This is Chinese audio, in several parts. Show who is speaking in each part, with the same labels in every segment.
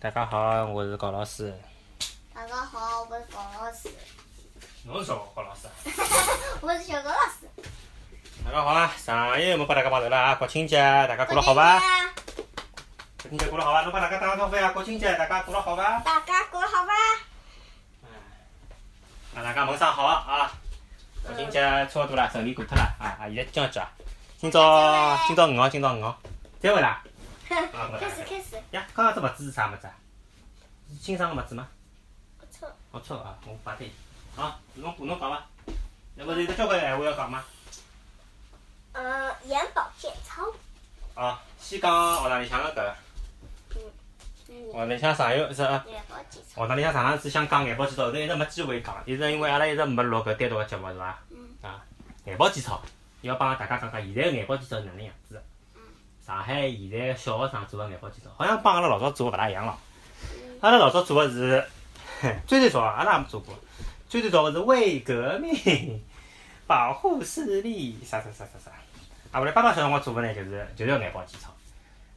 Speaker 1: 大家好，我是高老师。
Speaker 2: 大家好，我是高老师，
Speaker 1: 侬是小高老师啊？
Speaker 2: 我是小高老师。
Speaker 1: 大家好啊！上一个没帮大家碰头了啊！国庆节大家过了好伐？
Speaker 2: 吧？
Speaker 1: 国庆节过了好啊伐？侬帮大家打个招呼呀！国庆节大家过了好伐？
Speaker 2: 大家过得好伐？
Speaker 1: 啊，大家门上好啊！国庆节差不多了，顺利过脱了啊！啊，现在几号几啊？今朝今朝五号，今朝五号，再会 啦！啊
Speaker 2: 开始开始，
Speaker 1: 呀，刚刚这物子是啥物事啊？是清爽个物子吗？
Speaker 2: 不错。
Speaker 1: 龌龊啊！我摆对。啊，侬侬讲伐？那勿是有得交关闲话要讲吗？
Speaker 2: 呃，眼保健操。
Speaker 1: 啊，先讲学堂里向个搿，
Speaker 2: 嗯，
Speaker 1: 学堂里向上有是
Speaker 2: 眼保健
Speaker 1: 哦
Speaker 2: 操。
Speaker 1: 学堂里向上趟子想讲眼保健操，后头一直没机会讲，一直因为阿拉一直没录搿单独个节目是伐？
Speaker 2: 嗯。
Speaker 1: 啊，眼保健操要帮大家讲讲现在个眼保健操是哪能样子的
Speaker 2: 嗯。
Speaker 1: 上海现在个小学生做个眼保健操，好像帮阿拉老早做个勿大一样咯。
Speaker 2: 嗯
Speaker 1: 阿拉老早做个是，呃最最早阿拉也没做过，最最早个是为革命，保护视力，啥啥啥啥啥。啊，我来爸爸小辰光做个呢，就是就是要眼保健操。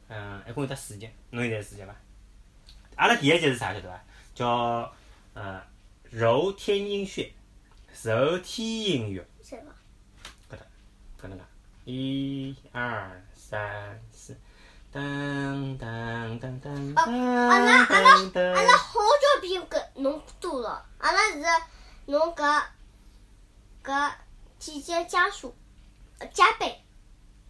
Speaker 1: 嗯，一共有得四节，侬现在四节伐？阿啊拉第一节是啥晓得伐？叫呃揉天阴穴，揉天阴穴，
Speaker 2: 是吧？
Speaker 1: 搿能介，一二三四，噔噔噔噔噔
Speaker 2: 阿拉
Speaker 1: 噔
Speaker 2: 阿拉
Speaker 1: 噔
Speaker 2: 阿拉好久比搿侬多了，阿拉是侬搿搿体检加数，呃加倍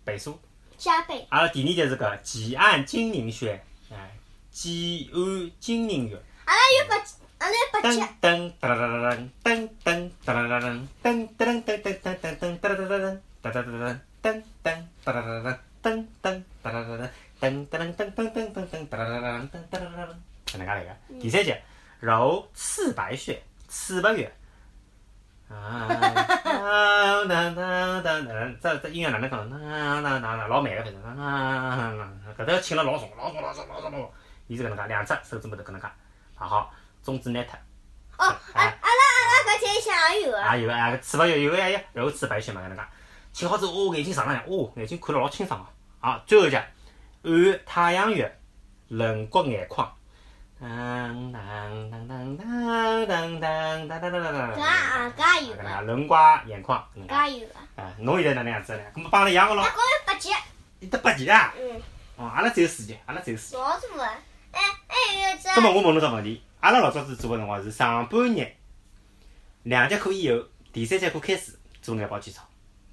Speaker 1: 背书。
Speaker 2: 加倍。
Speaker 1: 阿拉第二节是搿挤按睛凝穴，哎，挤按睛凝穴，
Speaker 2: 阿拉有八，阿拉有八
Speaker 1: 噔
Speaker 2: 节，
Speaker 1: 噔哒啦啦啦噔噔哒啦啦啦噔噔噔噔噔噔噔哒啦啦啦哒哒哒哒噔噔哒啦啦啦噔噔哒啦啦啦噔噔噔噔噔噔噔哒啦啦啦噔哒啦啦啦，搿能介来个。第三节揉赤白穴，赤白穴。啊，呐呐呐呐呐，这这音乐哪能讲？呐呐呐呐，老慢个反正，呐呐呐呐，搿搭请了老重，老重，老重，老重，老重。伊是搿能介，两只手指拇头搿能介，啊好，中指拿脱，
Speaker 2: 哦，阿阿拉阿拉搿节像也有啊。
Speaker 1: 也有啊，个翅膀有有个呀，然后翅膀血嘛，搿能介。请好之后，哦，眼睛上来，哦，眼睛看了老清爽啊。啊，最后一讲，按太阳穴，棱角眼眶。当当当当当当当当当当当
Speaker 2: 搿也啊搿也有啊，
Speaker 1: 当，轮刮眼眶，搿能介。
Speaker 2: 搿也有啊。
Speaker 1: 啊，侬现在哪能样子呢？搿么帮阿拉一样个咯
Speaker 2: 那，讲有八节，
Speaker 1: 伊得八级啊。
Speaker 2: 嗯。
Speaker 1: 哦，阿拉只有四级，阿拉只有四级。
Speaker 2: 老多啊！哎哎，有一只
Speaker 1: 葛么我问侬只问题，阿拉老早子做个辰光是上半日两节课以后，第三节课开始做眼保健操，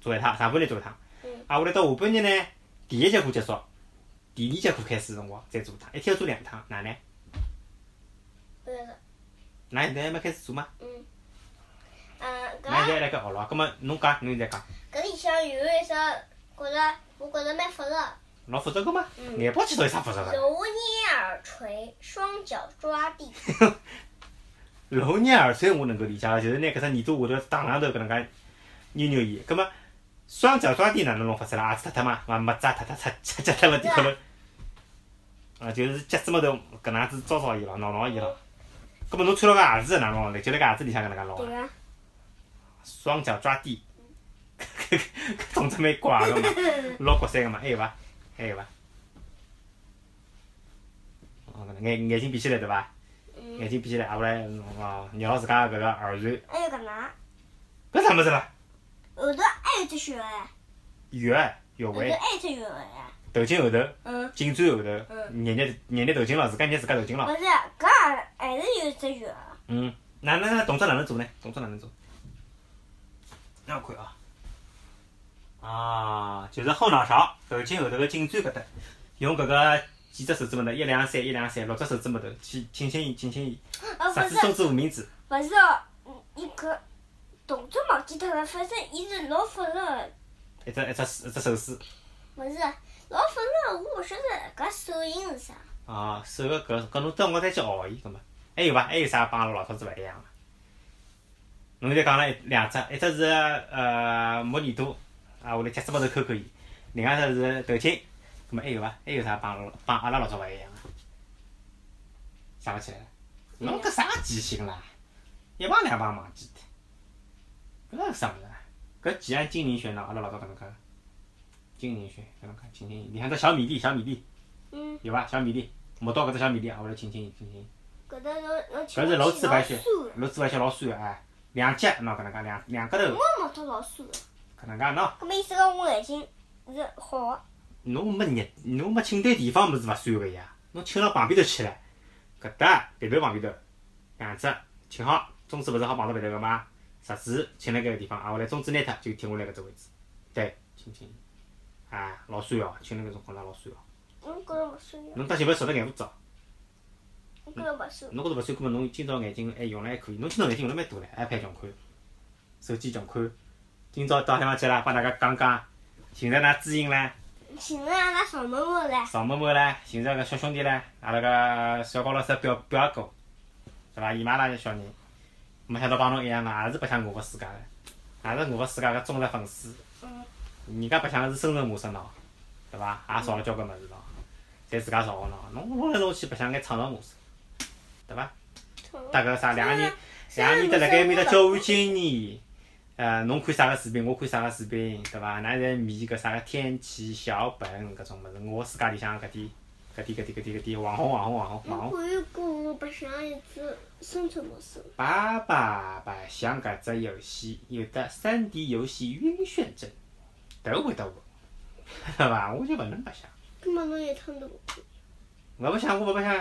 Speaker 1: 做一趟，上半日做一趟
Speaker 2: 嗯。
Speaker 1: 啊，后来到下半日呢，第一节课结束，第二节课开始辰光再做一趟，一天要做两趟，哪能？
Speaker 2: 嗯
Speaker 1: 哪现在还没开始做吗？
Speaker 2: 嗯，嗯，
Speaker 1: 哪现在还辣
Speaker 2: 搿
Speaker 1: 盖学咯？葛么侬讲，侬现在讲，
Speaker 2: 搿里向有一只，觉着我觉着蛮复杂。
Speaker 1: 老复杂个吗？
Speaker 2: 嗯
Speaker 1: 眼保健操有啥复杂个？
Speaker 2: 揉捏耳垂，双脚抓地，
Speaker 1: 揉捏耳垂我能够理解，就是拿搿只耳朵下头打榔头搿能介扭扭伊，葛末双脚抓地哪能弄法子啦？鞋子脱脱嘛，嘛没扎脱脱擦擦脚脱了地高头，啊，就是脚趾末头搿能样子招招伊咯，挠挠伊咯。葛末侬穿了个鞋子哪能弄嘞？就辣个鞋子里向搿能介弄
Speaker 2: 对
Speaker 1: 啊，
Speaker 2: 伐？
Speaker 1: 双脚抓地，搿搿动作蛮怪个嘛，老国三个嘛，还有伐？还有伐？哦，搿能眼眼睛闭起来对伐？眼
Speaker 2: 嗯，
Speaker 1: 睛闭起来，啊，我来弄啊，绕牢自家搿个耳垂。
Speaker 2: 还哎有搿能，
Speaker 1: 搿啥物事啦？
Speaker 2: 后头还有一只穴哎，
Speaker 1: 穴穴
Speaker 2: 后头
Speaker 1: 位，
Speaker 2: 还有一只穴哎。
Speaker 1: 头颈后头，
Speaker 2: 嗯，
Speaker 1: 颈椎后头，捏捏捏捏头颈了，自家捏自家头颈
Speaker 2: 勿
Speaker 1: 了。
Speaker 2: 是，搿还还是有一只穴。
Speaker 1: 嗯，哪能动作哪能做呢？动作哪能做？让我看啊。啊，就是后脑勺、头颈后头个颈椎搿搭，用搿个几只手指拇头，一两三一两三，六只手指拇头去轻轻伊，轻轻伊，
Speaker 2: 呃，勿
Speaker 1: 十指
Speaker 2: 是
Speaker 1: 中指无名指。
Speaker 2: 勿是哦，嗯伊搿动作忘记脱了，反正伊是老复杂个。
Speaker 1: 一只一只一只手势
Speaker 2: 勿是，老反正我勿晓得搿手印是啥。
Speaker 1: 啊，手个搿搿侬等我再去学伊搿么？还有伐？还有啥帮阿拉老早子勿一样啊伐？侬现在讲了一两只，一只是呃摸耳朵，啊，我来脚趾高头抠抠伊；，另外一只是头颈，搿么还有伐？还有啥帮帮阿拉老早勿一样啊？想勿起来了，侬搿啥记性啦？一帮两帮忘记脱，搿是啥物事啊？搿几按精灵穴呢？阿拉老早搿能介，精灵穴搿能介，轻轻伊里向只小米粒，小米粒。
Speaker 2: 嗯，
Speaker 1: 有伐？小米粒，没到搿只小面店，啊，我来请请请请。
Speaker 2: 搿搭侬侬请
Speaker 1: 搿是
Speaker 2: 我
Speaker 1: 楼
Speaker 2: 去
Speaker 1: 主
Speaker 2: 老
Speaker 1: 白血
Speaker 2: 师的，
Speaker 1: 楼主白血老酸个哎，两节喏搿能介两两个头
Speaker 2: 我也没到老师的。
Speaker 1: 搿能介喏，
Speaker 2: 搿么意思讲我眼睛是好的，
Speaker 1: 侬没热，侬没请对地方么是勿算个呀？侬请到旁边头去了，搿搭别头旁边头，两只请好，中指勿是好绑到别头个吗？食指请辣搿个地方，啊，我来中指拿脱就停下来搿只位置，对，请请，啊，老酸哦，请了搿种觉着老酸哦，
Speaker 2: 侬觉着勿算呀，
Speaker 1: 侬搭小朋友少得眼福照。
Speaker 2: 我觉着勿算。
Speaker 1: 侬觉着勿算，搿么侬今朝眼睛还用了还可以，侬今朝眼睛用了蛮多唻，iPad 强看，手机强看。今朝到地方去啦，帮大家讲讲，寻着㑚知音唻，
Speaker 2: 寻着阿拉小妹妹来，
Speaker 1: 邵某某唻，寻着个小兄弟唻，阿拉个小高老师的表表阿哥，对伐？姨妈啦小人，没想到帮侬一样啊，也是白相我个世界个，也是我个世界个忠实粉丝。
Speaker 2: 嗯，
Speaker 1: 人家白相个是深圳模式喏，对伐？也少了交关物事喏，侪自家造个喏，侬弄来弄去白相眼创造模式，对伐？大概啥两个人，两个人搭辣盖埃面搭交换经验。呃，侬看啥个视频，我看啥个视频，对伐？㑚侪迷搿啥个天气小本搿种物事，我世界里向搿点搿点搿点搿点搿点网红网红网红网
Speaker 2: 侬
Speaker 1: 红，
Speaker 2: 可以跟我白相一只生存模式。
Speaker 1: 爸爸白相搿只游戏，有的三 D 游戏晕眩症，都会得我， 对伐？我就勿能白相，
Speaker 2: 根本侬一趟都勿可以，
Speaker 1: 勿白相我勿白相，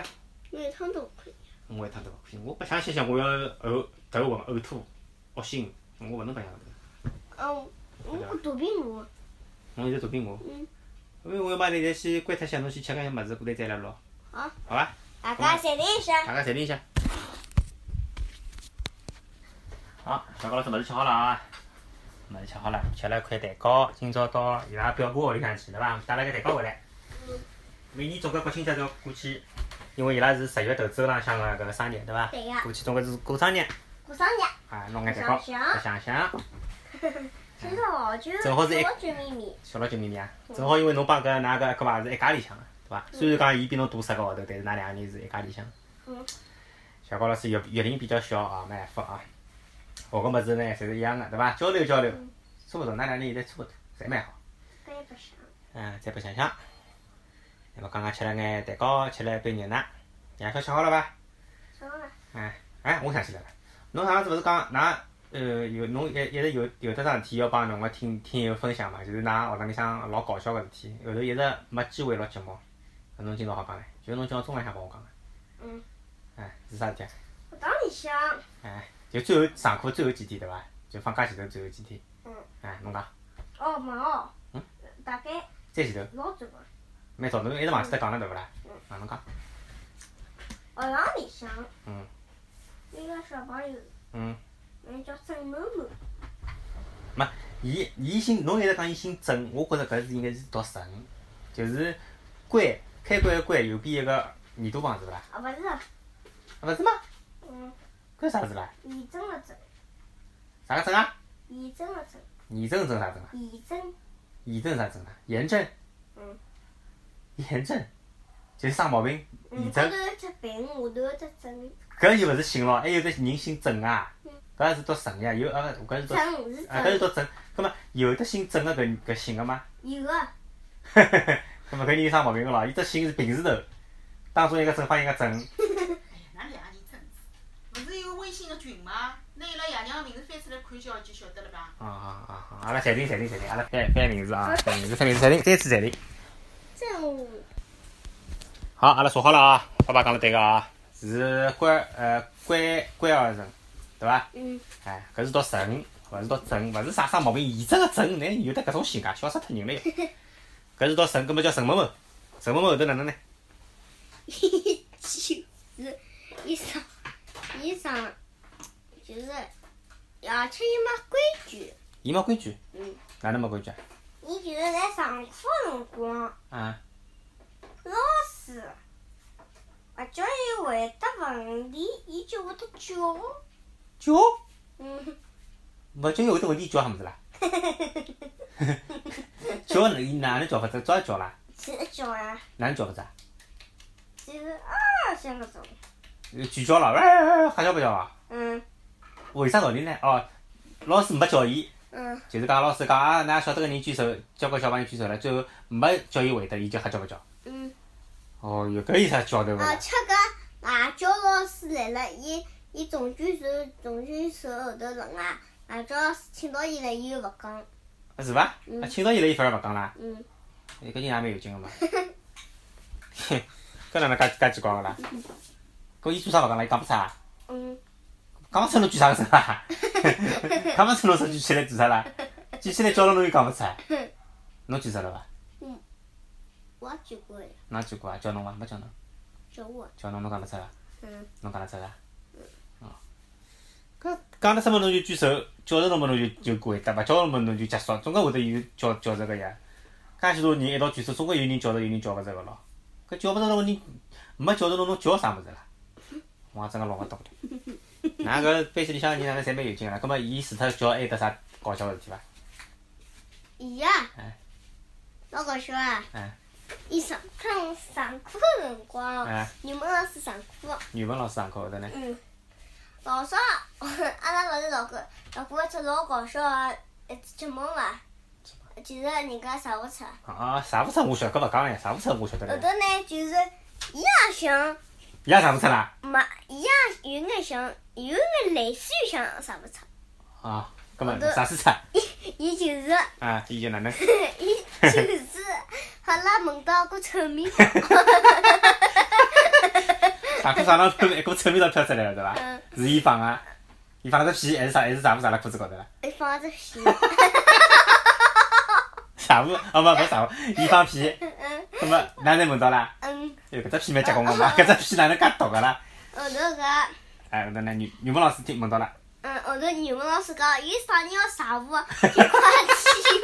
Speaker 2: 侬一趟都勿可以。
Speaker 1: 我一趟都勿可以，我白相想想我要呕头昏呕吐，恶心，我勿能白相搿个。
Speaker 2: 嗯，我
Speaker 1: 对啊
Speaker 2: 搿毒病我，
Speaker 1: 侬现在肚皮饿，
Speaker 2: 嗯
Speaker 1: 因为我要把你再去关脱些，侬去吃眼物事，过来再来录，
Speaker 2: 好，
Speaker 1: 好伐？
Speaker 2: 大家暂停一下。
Speaker 1: 大家暂停一下。好，小高老师物事吃好了啊，物事吃好了，吃了一块蛋糕，今朝到伊拉表哥屋里向去，对伐？带了个蛋糕回来。每年总归国庆节要过去，因为伊拉是十月头周浪向个搿个生日，对伐？
Speaker 2: 对呀
Speaker 1: 过去总归是过生日，
Speaker 2: 过生日，
Speaker 1: 啊，弄眼蛋糕，
Speaker 2: 想想
Speaker 1: 想想。
Speaker 2: 吃了好久，
Speaker 1: 正好是一
Speaker 2: 老久秘密。
Speaker 1: 小老九妹妹啊，正好因为侬帮搿㑚搿搿爸是一家里向个，对伐？虽然讲伊比侬大十个号头，但是㑚两个人是一家里向。
Speaker 2: 嗯。
Speaker 1: 小高老师月月龄比较小啊，没办法啊。学个物事呢，侪是一样个，对伐？交流交流，差勿多，㑚两个人现在差勿多，侪蛮好。
Speaker 2: 搿也白相。
Speaker 1: 嗯，再白相相。那么刚刚吃了眼蛋糕，吃了一杯牛奶，夜宵吃好了伐？
Speaker 2: 上了，
Speaker 1: 哎哎，我想起来了，侬上次勿是讲㑚呃有侬一一直有有得桩事体要帮侬个听听友分享嘛？就是㑚学堂里向老搞笑个事体，后头一直没机会录节目。搿侬今朝好讲唻，就是侬今朝中浪向帮我讲个。
Speaker 2: 嗯。
Speaker 1: 哎，是啥事体啊？
Speaker 2: 学堂里向
Speaker 1: 哎，就最后上课最后几天对伐？就放假前头最后几天。
Speaker 2: 嗯。
Speaker 1: 哎，侬讲，
Speaker 2: 哦没哦
Speaker 1: 嗯，
Speaker 2: 大概
Speaker 1: 再前头，
Speaker 2: 老早嘛。
Speaker 1: 蛮早，侬一直忘记脱讲了对勿啦
Speaker 2: 嗯？
Speaker 1: 啊，侬讲，
Speaker 2: 学堂里向，
Speaker 1: 嗯
Speaker 2: 有个小朋友，
Speaker 1: 嗯，
Speaker 2: 名叫郑某某，
Speaker 1: 伊伊姓侬一直讲伊姓郑，我觉着搿字应该是读神，就是关开关个关，右边一个耳朵旁是勿啦？
Speaker 2: 啊勿是，
Speaker 1: 啊勿是吗？
Speaker 2: 嗯，
Speaker 1: 搿啥字啦？
Speaker 2: 严正的正，
Speaker 1: 啥个证啊？
Speaker 2: 严正的正，
Speaker 1: 严正证啥证啊？
Speaker 2: 严正，
Speaker 1: 严正啥证啊？炎症。
Speaker 2: 嗯。
Speaker 1: 炎症，就是生毛病。
Speaker 2: 嗯，
Speaker 1: 严
Speaker 2: 高
Speaker 1: 正
Speaker 2: 头，一只病，下头一只正，
Speaker 1: 搿就勿是姓咯，还有个人姓郑啊
Speaker 2: 嗯。
Speaker 1: 搿也是读郑呀，有啊，搿是读啊，
Speaker 2: 正是
Speaker 1: 搿是
Speaker 2: 正，
Speaker 1: 读郑。葛末有的姓郑个搿搿姓个吗？
Speaker 2: 有个
Speaker 1: 呵呵呵。葛末搿人有啥毛病个咯？伊只姓是平字头，当中一个正方一个正。
Speaker 3: 哎呀，㑚两个人真是，勿是有微信个群吗？拿伊拉爷啊娘个名字翻出来看一下就晓得了吧？
Speaker 1: 啊啊啊啊！阿拉暂停暂停暂停，阿拉翻翻名字啊，翻名字翻名字暂停，再次暂停。
Speaker 2: 正。
Speaker 1: 好，阿拉说好了啊，爸爸讲了对个啊，是关呃关关二神，对伐？
Speaker 2: 嗯，
Speaker 1: 哎，搿是读神，勿是读正，勿是啥啥毛病，现在个正，乃有得搿种性格，笑死脱人了哟。 搿是读神，搿么叫神某某，神某某后头哪能呢？
Speaker 2: 就是伊上伊上就是，而且伊没规矩，
Speaker 1: 伊没规矩，
Speaker 2: 嗯，
Speaker 1: 哪能没规矩啊？
Speaker 2: 伊就是在上课的辰光，
Speaker 1: 啊，
Speaker 2: 老师勿叫伊回答问题，伊就会得 叫，
Speaker 1: 叫，
Speaker 2: 嗯，
Speaker 1: 勿叫伊后头问题叫啥物事啦？叫伊哪能叫法子？早叫啦？
Speaker 2: 是一叫呀，
Speaker 1: 哪能叫法子啊？
Speaker 2: 就是啊像搿种，
Speaker 1: 举叫啦，喂喂喂，瞎叫不叫啊？
Speaker 2: 嗯
Speaker 1: 为啥道理呢？哦，老师没叫伊。
Speaker 2: 嗯，
Speaker 1: 就是讲老师讲啊，㑚晓得个人举手，交关小朋友举手了，最后没叫伊回答，伊就瞎叫勿叫。
Speaker 2: 嗯，
Speaker 1: 哦哟，搿有啥交代勿
Speaker 2: 啊，
Speaker 1: 啦？
Speaker 2: 吃个外教老师来了，伊伊总军授总军授后头人啊，外教老师请到伊来，伊又勿讲，
Speaker 1: 啊是伐？
Speaker 2: 嗯
Speaker 1: 啊，今朝伊来伊反而勿讲啦，
Speaker 2: 嗯，
Speaker 1: 哎搿人也蛮有劲个嘛。嘿搿哪能介介奇怪个啦？搿伊做啥勿讲啦？伊讲勿出啊？
Speaker 2: 嗯，
Speaker 1: 讲勿出侬举啥个手啦？讲勿出侬手举起来做啥啦？举起来叫了侬又讲勿出啊？侬举出了伐？
Speaker 2: 我也举过呀，
Speaker 1: 哪举过啊？叫侬伐？没叫侬，
Speaker 2: 叫我，
Speaker 1: 叫侬侬讲得出伐？
Speaker 2: 嗯，
Speaker 1: 侬讲得出伐？哦，搿讲了什么侬就举手，叫着侬么侬就就回答，勿叫着么侬就结束，总归会得有叫叫着个呀。介许多人一道举手，总归有人叫着，有人叫勿着个咯。搿叫勿着侬，人没叫着侬，侬叫啥物事啦？我也真个弄勿懂。㑚搿班级里向个人哪能侪蛮有劲个啦？葛末伊除脱叫，还有得啥搞笑个事体伐？
Speaker 2: 伊呀
Speaker 1: 哎，
Speaker 2: 老搞笑啊
Speaker 1: 哎！
Speaker 2: 伊上课上课的辰光
Speaker 1: 哎，
Speaker 2: 语文老师上课，
Speaker 1: 语文老师上课后头呢？
Speaker 2: 嗯，早上 阿拉勿是老个老过一只老哎搞笑的一只节目嘛，就是人家啥物事啊。
Speaker 1: 啊，啥物事我晓得，搿勿讲了呀，啥物事我晓得
Speaker 2: 后
Speaker 1: 了
Speaker 2: 头
Speaker 1: 呀。
Speaker 2: 呢，就是伊也想
Speaker 1: 伊也啥物事啦？
Speaker 2: 买，伊也有眼想，有眼类似于像啥物事。
Speaker 1: 啊，葛末
Speaker 2: 我都
Speaker 1: 啥事体啊？
Speaker 2: 伊就是，
Speaker 1: 啊，伊就哪能？
Speaker 2: 伊就是， 阿拉问到过臭 面包，
Speaker 1: 上课上浪喷一股臭味道飘出来了，对伐
Speaker 2: 嗯？
Speaker 1: 是伊放个，伊放了只屁，还是啥？还是啥物事？阿拉裤子高头啦？
Speaker 2: 还放只屁，
Speaker 1: 啥物？哦，勿勿啥物，伊放屁，
Speaker 2: 嗯
Speaker 1: 那么哪能闻到啦？
Speaker 2: 嗯，
Speaker 1: 哎，搿只屁蛮结棍个嘛，搿只屁哪能介毒个啦？
Speaker 2: 后头搿，
Speaker 1: 哎，那那语语文老师听闻到啦，
Speaker 2: 嗯，后头语文老师讲，有啥人要啥物，就快去，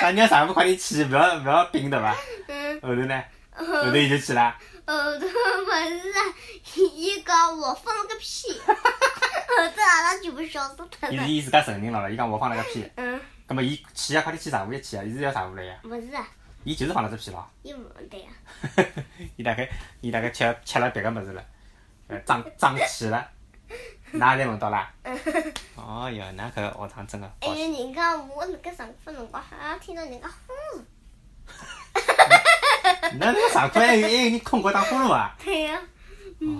Speaker 1: 啥人啥物事快点去，勿要勿要冰对伐？
Speaker 2: 嗯，
Speaker 1: 后头呢？
Speaker 2: 后
Speaker 1: 后头伊就去啦。
Speaker 2: 后头么是，伊讲我放了个屁， 后头阿拉全部笑死脱
Speaker 1: 伊
Speaker 2: 了
Speaker 1: 是，伊自家承认了了，伊讲我放了个屁，
Speaker 2: 嗯，
Speaker 1: 葛末伊去呀，快点去上课一去呀，伊是要上课来呀，
Speaker 2: 勿是啊，
Speaker 1: 伊就是放了只屁咯。
Speaker 2: 伊勿对啊，
Speaker 1: 伊大概伊大概吃吃了别个物事了，呃，胀胀气了，哪侪闻到 啦？哦哟，那搿学堂真个
Speaker 2: 还
Speaker 1: 好
Speaker 2: 有人家我辣盖上课辰光，好像听到人家呼噜，
Speaker 1: 那那上课还有还有人空过打呼噜啊？
Speaker 2: 对呀、嗯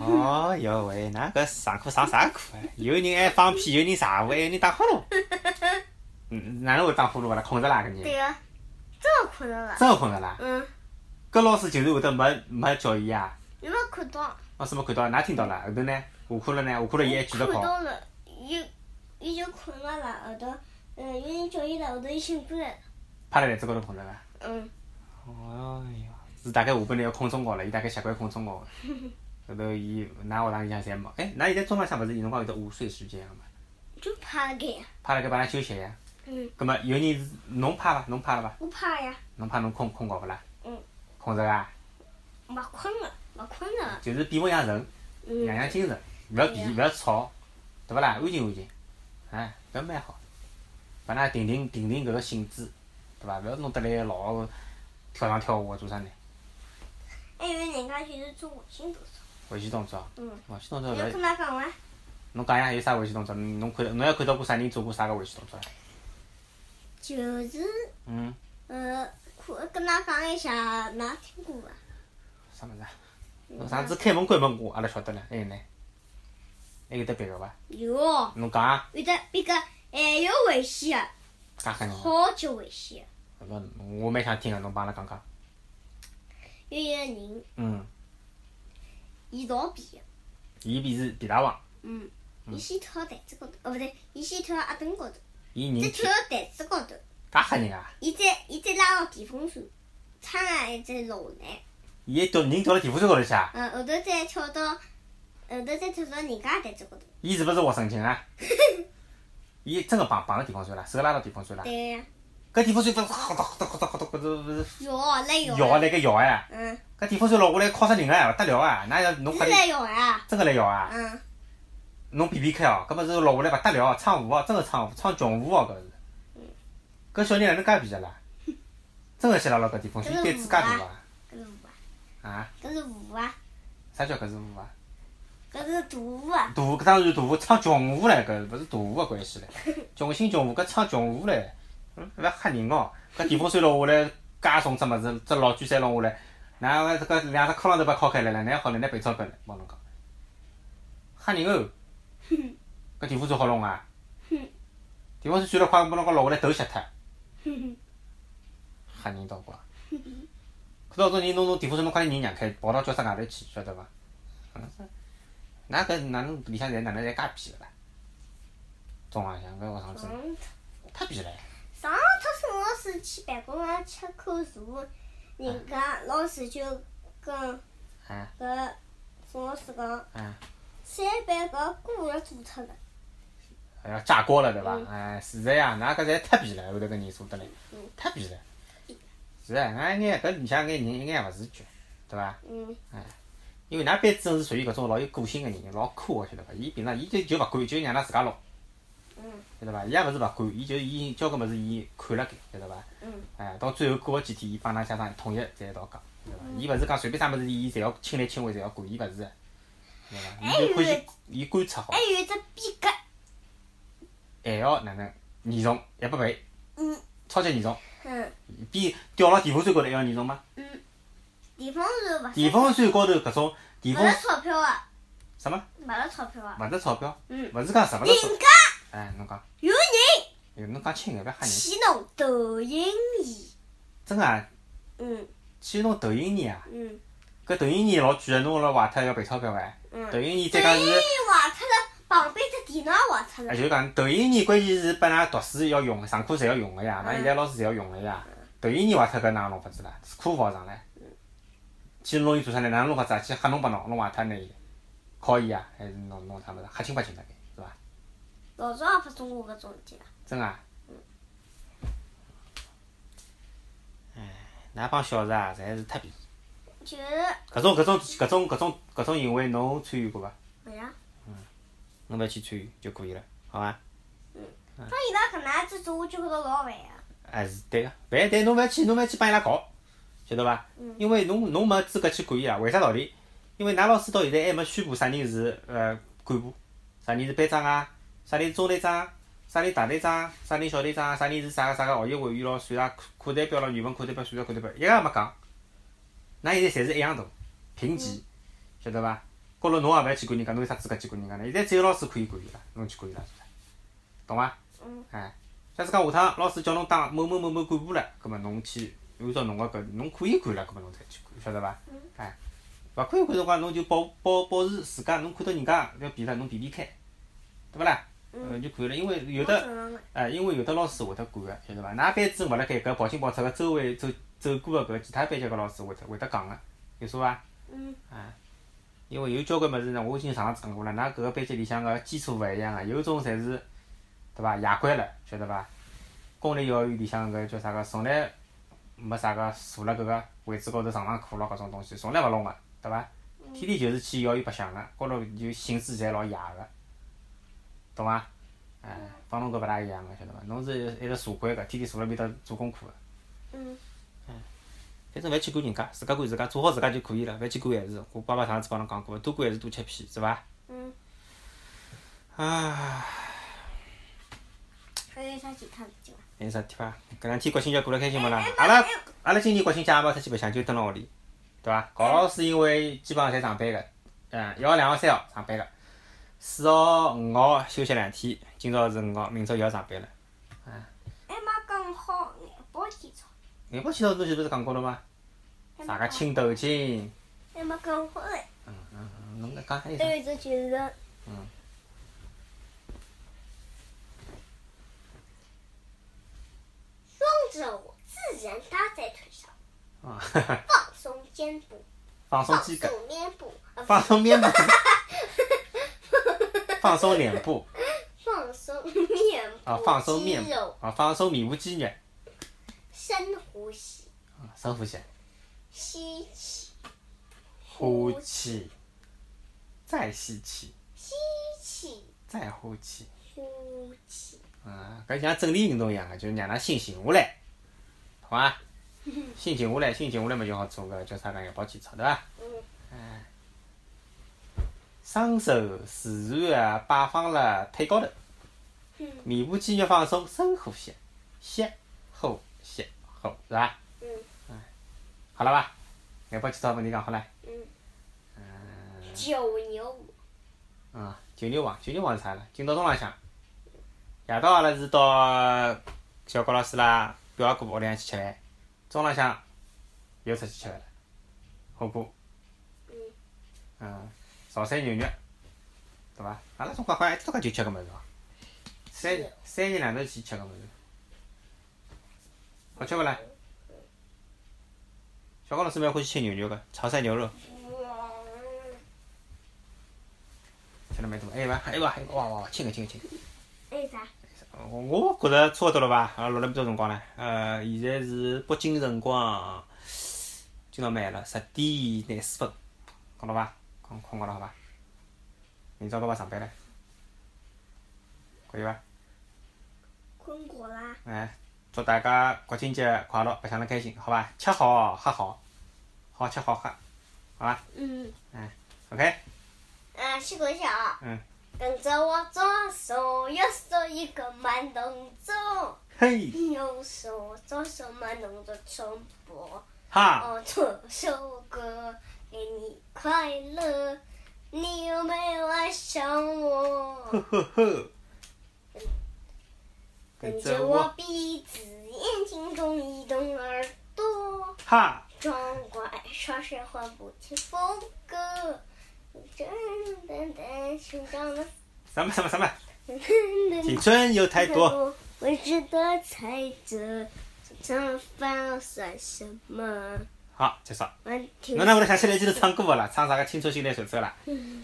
Speaker 1: 哦哟喂，那搿上课上啥课啊？有人还放屁，有人啥话，还有人打呼 噜。嗯，哪能会打呼噜啊？困着啦搿
Speaker 2: 对
Speaker 1: 人，
Speaker 2: 呀、这么困难了。
Speaker 1: 真的困着啦？
Speaker 2: 嗯，
Speaker 1: 搿老师就是会得没没叫伊啊，
Speaker 2: 有没有看到？
Speaker 1: 老师没看到，㑚听到了？后头呢？下课了呢？下课了伊还继续
Speaker 2: 看
Speaker 1: 跑。
Speaker 2: 到了，伊伊就困了啦，后头，嗯，有人叫伊了，后头伊醒过来了。
Speaker 1: 趴辣台子高头困着啦。
Speaker 2: 嗯，
Speaker 1: 哦哟，是大概下半日要空中学了，伊大概习惯空中学了。 后头伊㑚学堂里向侪没，哎，㑚现在中浪向勿是有辰光有得午睡时间个嘛？
Speaker 2: 就怕个，
Speaker 1: 趴辣搿帮人休息呀。
Speaker 2: 嗯。
Speaker 1: 葛末有人是侬趴伐？侬趴了伐？
Speaker 2: 我怕呀，
Speaker 1: 侬趴侬困困觉勿啦？
Speaker 2: 嗯。
Speaker 1: 困着啊？
Speaker 2: 没困了，没困了。
Speaker 1: 就是比模样神，养
Speaker 2: 嗯，
Speaker 1: 养精神，勿要比，勿
Speaker 2: 嗯
Speaker 1: 要吵，对勿啦？安静安静，哎，搿蛮好。把㑚定定定定搿个性子，对伐？勿要弄得来老个跳上跳下个做啥呢？
Speaker 2: 还哎有人家就是做微信动作。
Speaker 1: 回去动作，
Speaker 2: 嗯，
Speaker 1: 回去动作
Speaker 2: 你
Speaker 1: 勿
Speaker 2: 要
Speaker 1: 要
Speaker 2: 跟他讲完，
Speaker 1: 侬讲呀，有啥回去动作？侬侬看到，侬要看到过啥人做过啥个回去动作？
Speaker 2: 就是
Speaker 1: 嗯，
Speaker 2: 呃，看跟他讲一下，哪听过伐？
Speaker 1: 啥物事啊？侬上次开门关门我阿拉晓得了，还有呢？还有得别个伐？
Speaker 2: 有哦，
Speaker 1: 侬讲啊，
Speaker 2: 有的别个还有微信啊，
Speaker 1: 讲吓人哦。
Speaker 2: 好久微信啊，
Speaker 1: 老，我蛮想听个，侬帮阿拉讲讲。
Speaker 2: 有一个人
Speaker 1: 嗯，
Speaker 2: 伊逃避，
Speaker 1: 伊便是皮大王，
Speaker 2: 嗯，伊先跳到台子高头，哦，勿对，伊先跳到鸭凳高头。
Speaker 1: 伊
Speaker 2: 再
Speaker 1: 人介
Speaker 2: 跳到台子高头，
Speaker 1: 吓人啊！
Speaker 2: 伊再伊再拉到电风扇，撑啊一只落下来，
Speaker 1: 伊还掉人掉到电风扇高头去啊！
Speaker 2: 嗯，后头再跳到，后头再跳到人家台子高头。
Speaker 1: 伊是勿是活神经啊？伊真个绑绑了电风扇啦，手拉到电风扇啦。
Speaker 2: 对呀，
Speaker 1: 搿电风扇勿是哗哒哗哒哗哒哗哒，搿是勿是
Speaker 2: 摇啊来摇
Speaker 1: 摇
Speaker 2: 啊，
Speaker 1: 来个摇哎！
Speaker 2: 嗯，
Speaker 1: 搿电风扇落下来敲死人啊，勿得了啊！那要侬
Speaker 2: 是
Speaker 1: 快点
Speaker 2: 来摇啊，
Speaker 1: 真个来摇啊！
Speaker 2: 嗯，
Speaker 1: 侬避避开哦，搿么是落下来勿得了，闯祸哦，真个闯祸，闯穷祸哦，
Speaker 2: 嗯
Speaker 1: 搿是。搿小人哪能介皮的啊啦？真个去拉牢搿地方，
Speaker 2: 搿
Speaker 1: 伊
Speaker 2: 是
Speaker 1: 胆子介大伐？
Speaker 2: 搿是舞啊，
Speaker 1: 啊？
Speaker 2: 搿是舞啊，
Speaker 1: 啥叫搿是祸啊？
Speaker 2: 搿是大舞 啊，
Speaker 1: 大祸搿当然是大祸，闯穷祸唻，搿勿是大祸个关系 唻。穷心穷祸，搿闯穷祸唻，嗯勿要吓人哦。搿电风扇落下来，加送只物事，只老居山落下来，哪个这个两只窟窿头把敲开来了，那好了，那赔钞票了，帮侬讲。吓人哦！
Speaker 2: 哼
Speaker 1: 搿电风扇好弄啊！
Speaker 2: 哼
Speaker 1: 电风扇转了快，帮侬讲落下来头吸脱，
Speaker 2: 哼
Speaker 1: 吓人到怪。搿到时候你弄弄电风扇，侬快点人让开，跑到教室外头去，晓得伐？嗯哪搿哪能里向侪哪能侪介皮个啦？中浪向搿学生子
Speaker 2: 哼。
Speaker 1: 太皮了。
Speaker 2: 上趟孙老师去办公室吃口茶，人家老师就跟
Speaker 1: 啊
Speaker 2: 搿孙老师讲，
Speaker 1: 啊！
Speaker 2: 三班搿歌要做脱了。
Speaker 1: 还要炸锅了，对伐？
Speaker 2: 嗯
Speaker 1: 哎，是的呀，㑚搿侪太皮了，后头搿人做得来
Speaker 2: 嗯，
Speaker 1: 太皮了。是啊，㑚一眼搿里向眼人一眼也勿自觉，对伐？
Speaker 2: 嗯，
Speaker 1: 因为㑚班主任是属于搿种老有个性个人，老酷个，晓得伐？伊平常伊就就勿管，就让㑚自家弄，
Speaker 2: 嗯
Speaker 1: 晓得伐？伊也勿是勿管，伊就伊交关物事伊看辣盖，晓得伐？
Speaker 2: 嗯
Speaker 1: 哎，到最后过个几天，伊帮㑚家长统一侪一道讲，对伐？
Speaker 2: 嗯
Speaker 1: 伊勿是讲随便啥物事伊侪要亲力亲为，侪要管，伊勿是的，对伐？伊就欢
Speaker 2: 哎
Speaker 1: 喜
Speaker 2: 呦
Speaker 1: 伊观察好
Speaker 2: 还，哎有一只逼格，
Speaker 1: 还要哪能严重一百倍，
Speaker 2: 嗯
Speaker 1: 超级严重。
Speaker 2: 嗯
Speaker 1: 比吊辣电风扇高头还要严重吗？
Speaker 2: 嗯，电风扇勿
Speaker 1: 电风扇高头搿种电
Speaker 2: 勿
Speaker 1: 风
Speaker 2: 值钞票啊，
Speaker 1: 什么
Speaker 2: 勿值钞票啊。
Speaker 1: 勿值钞票，
Speaker 2: 嗯，
Speaker 1: 勿是讲值勿值钞票。
Speaker 2: 人家
Speaker 1: 哎，侬讲，
Speaker 2: 有人
Speaker 1: 哎侬讲轻眼，勿要吓人。
Speaker 2: 去弄投影仪。
Speaker 1: 真个啊，
Speaker 2: 嗯
Speaker 1: 去弄投影仪啊，
Speaker 2: 嗯
Speaker 1: 搿投影仪老贵个，侬辣坏脱要赔钞票哎。
Speaker 2: 嗯。
Speaker 1: 投影仪再
Speaker 2: 对
Speaker 1: 讲是，
Speaker 2: 坏脱了，旁边只电脑也坏脱
Speaker 1: 哎，
Speaker 2: 了。
Speaker 1: 就是讲投影仪关键是拨㑚读书要用，上课侪要用个呀，㑚
Speaker 2: 嗯
Speaker 1: 现在老师侪要用个呀。投影仪坏脱搿哪能弄法子啦？课勿好上唻。去弄伊做啥呢？哪能弄法子啊？去吓侬帮侬，弄坏脱拿伊，敲伊啊，还是弄弄啥物事？吓清八清大概是伐？
Speaker 2: 老早也发生过搿种事体啦。
Speaker 1: 真啊？哎，㑚帮小子啊，侪是太皮。
Speaker 2: 就是
Speaker 1: 搿种搿种搿种搿种搿种行为，侬参与过伐？
Speaker 2: 哎呀，
Speaker 1: 侬勿要去参与就可以了，好伐？
Speaker 2: 他伊拉搿能样子做，我就觉着老烦啊。
Speaker 1: 哎，是对个，烦但侬勿要去，侬勿要去帮伊拉搞，晓得伐
Speaker 2: 嗯？
Speaker 1: 因为侬侬没资格去管伊啊，为啥道理？因为㑚老师到现在还没宣布啥人是呃干部，啥人是班长啊，啥人是中队长，啥人大队长，啥人小队长，啥人是啥个啥个学习委员咯，算啥课课代表咯，语文课代表、数学课代表，一个也没讲。㑚现在侪是一样大，平
Speaker 2: 嗯
Speaker 1: 级，晓得伐？高头侬也勿要去管人家，侬有啥资格去管人家呢？现在只有老师可以管伊拉，侬去管伊拉做啥？懂伐？
Speaker 2: 嗯
Speaker 1: 哎，假使讲下趟老师叫侬当某某某某干部了，葛末侬去按照侬个搿，侬可以管了，葛末侬再去管，晓得伐？
Speaker 2: 嗯
Speaker 1: 哎，勿可以管辰光，侬就保保保持自家，侬看到人家要比了，侬避避开，对勿啦？呃，
Speaker 2: 嗯，
Speaker 1: 就可以了，因为有
Speaker 2: 老
Speaker 1: 的，
Speaker 2: 正常的
Speaker 1: 哎，因为有的老师会得管个，晓得伐？㑚班主任勿辣盖搿跑进跑出个周围走走过个搿其他班级个老师会得会得讲个，有说伐？
Speaker 2: 嗯
Speaker 1: 哎因为有交关物事呢，我已经上次讲过了，㑚搿个班级里向个基础勿一样个，啊有种侪是，对伐？夜归了，晓得伐？公立幼儿园里向搿叫啥个，从来没啥个坐辣搿个位置高头上上课咯，搿种东西从来勿弄个，对伐？天天就是去幼儿园白相个，高头就性质侪老野个，懂伐？哎，帮侬搿勿大一样个，晓得伐？侬是一直坐惯个，天天坐辣面搭做功课个，
Speaker 2: 嗯
Speaker 1: 反正勿要去管人家，自家管自家，做好自家就可以了，勿要去管孩子。我爸爸上次帮侬讲过，多管孩子多吃屁，是伐？
Speaker 2: 嗯，
Speaker 1: 啊，
Speaker 2: 还有啥其他事体伐？
Speaker 1: 还有啥地方？搿两天国庆节过得开心没啦？
Speaker 2: 哎
Speaker 1: 阿拉阿拉今年国庆节也没出去白相，就蹲辣屋里，对伐？高老师因为基本上侪上班个，嗯，一号、两号、三号上班个，四号、五号休息两天，今朝是五号，明朝又要上班了。
Speaker 2: 还没讲好眼包体操，
Speaker 1: 眼包去到侬前头勿是讲过了吗？
Speaker 2: 还
Speaker 1: 啥个
Speaker 2: 没讲
Speaker 1: 青头巾？
Speaker 2: 还没讲好嘞。
Speaker 1: 嗯侬搿讲还有啥
Speaker 2: 还？有一只就是，
Speaker 1: 嗯
Speaker 2: 双手自然搭在腿上，
Speaker 1: 啊，哈哈
Speaker 2: 放松肩部，
Speaker 1: 放松
Speaker 2: 放
Speaker 1: 肌膈，
Speaker 2: 松面部，呃
Speaker 1: 放松面部， 放松脸部
Speaker 2: 放松面部
Speaker 1: 啊，放松面
Speaker 2: 肌肉
Speaker 1: 部啊，放松面部肌肉
Speaker 2: 深呼吸，
Speaker 1: 啊，深呼吸。
Speaker 2: 吸气，
Speaker 1: 呼气，再吸气，
Speaker 2: 吸气，
Speaker 1: 再呼气。
Speaker 2: 呼气。
Speaker 1: 啊，搿像整理运动一样个，就是让㑚心静下来，好 伐？心静下来，心静下来嘛就好做个叫啥讲一跑体操，对伐？
Speaker 2: 嗯
Speaker 1: 哎，双手自然啊摆放辣腿高头，
Speaker 2: 嗯
Speaker 1: 面部肌肉放松，深呼吸，吸，呼吸，呼，是伐？啊
Speaker 2: 嗯。
Speaker 1: 好了伐？来把几道问题讲好唻。
Speaker 2: 嗯，
Speaker 1: 嗯，
Speaker 2: 九牛五，
Speaker 1: 嗯，九牛王，九牛王是啥啦？今朝中浪向，夜到阿拉是到小高老师啦、表阿哥屋里向去吃饭，中浪向又出去吃饭了，火锅。
Speaker 2: 嗯。
Speaker 1: 嗯，潮汕牛肉，对伐？阿拉中国好像一直都介就吃搿物事哦，三
Speaker 2: 是
Speaker 1: 三人两头去吃搿物事，好吃勿啦？小高老师蛮欢喜吃牛肉个，潮汕牛肉吃了蛮多。还哎有伐？还有伐？还有伐哇哇哇，亲个亲个亲个。
Speaker 2: 哎啥？
Speaker 1: 呃我觉着差勿多了伐？阿拉录了蛮多辰光了，呃，现在是北京辰光，今朝蛮晚了，十点廿四分，讲到伐？讲困觉了好伐？明朝爸爸上班唻，可以伐？
Speaker 2: 困觉啦，
Speaker 1: 哎，祝大家国庆节快乐，白相得开心，好伐？吃好喝好，好吃好喝
Speaker 2: 嗯，
Speaker 1: ，OK？
Speaker 2: 啊，休息一下啊，
Speaker 1: 嗯，
Speaker 2: 跟着我左手右手一个慢动作。
Speaker 1: 嘿，
Speaker 2: 右手左手慢动作重播，
Speaker 1: 哈，
Speaker 2: 哦，这首歌给你快乐，你有没有爱上
Speaker 1: 呵
Speaker 2: 我？
Speaker 1: 呵呵，
Speaker 2: 跟着我，鼻子、眼睛动一动耳朵，
Speaker 1: 哈，
Speaker 2: 装乖耍帅换不停风格，真等等寻找 了，
Speaker 1: 什么什么什么，
Speaker 2: 噔
Speaker 1: 青
Speaker 2: 噔
Speaker 1: 春有太多，
Speaker 2: 多，未知的猜着，正反算什么？
Speaker 1: 好，结束。
Speaker 2: 问题
Speaker 1: 侬哪会得想起来一记头唱歌勿啦？唱啥个《青春新来手册》啦？
Speaker 2: 嗯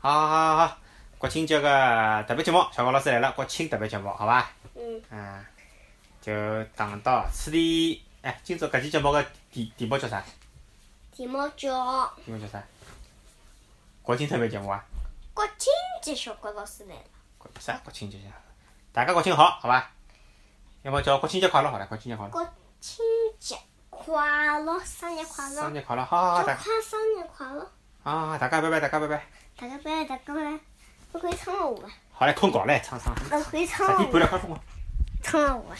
Speaker 1: 好好好好好，国庆节个特别节目，小高老师来了，国庆特别节目，好伐？
Speaker 2: 嗯，
Speaker 1: 嗯，就打到此地。哎，今朝搿期节目个题题目叫啥？
Speaker 2: 题目叫
Speaker 1: 题目叫啥？国庆特别节目啊？
Speaker 2: 国庆节小郭老师来了，
Speaker 1: 国啥国庆节呀？大家国庆好，好伐？要么叫国庆节快乐好了，国庆节快乐，
Speaker 2: 国庆节快乐，生日快乐
Speaker 1: 生，日快乐，好好好，
Speaker 2: 祝
Speaker 1: 大
Speaker 2: 他
Speaker 1: 家
Speaker 2: 生日快乐，
Speaker 1: 啊，大家拜拜，大家拜拜。
Speaker 2: 大家拜大家拜，侬可以唱我吧，
Speaker 1: 好嘞，困觉嘞，唱唱，
Speaker 2: 侬可以唱
Speaker 1: 十点半
Speaker 2: 我，
Speaker 1: 了，快困觉。
Speaker 2: 唱我，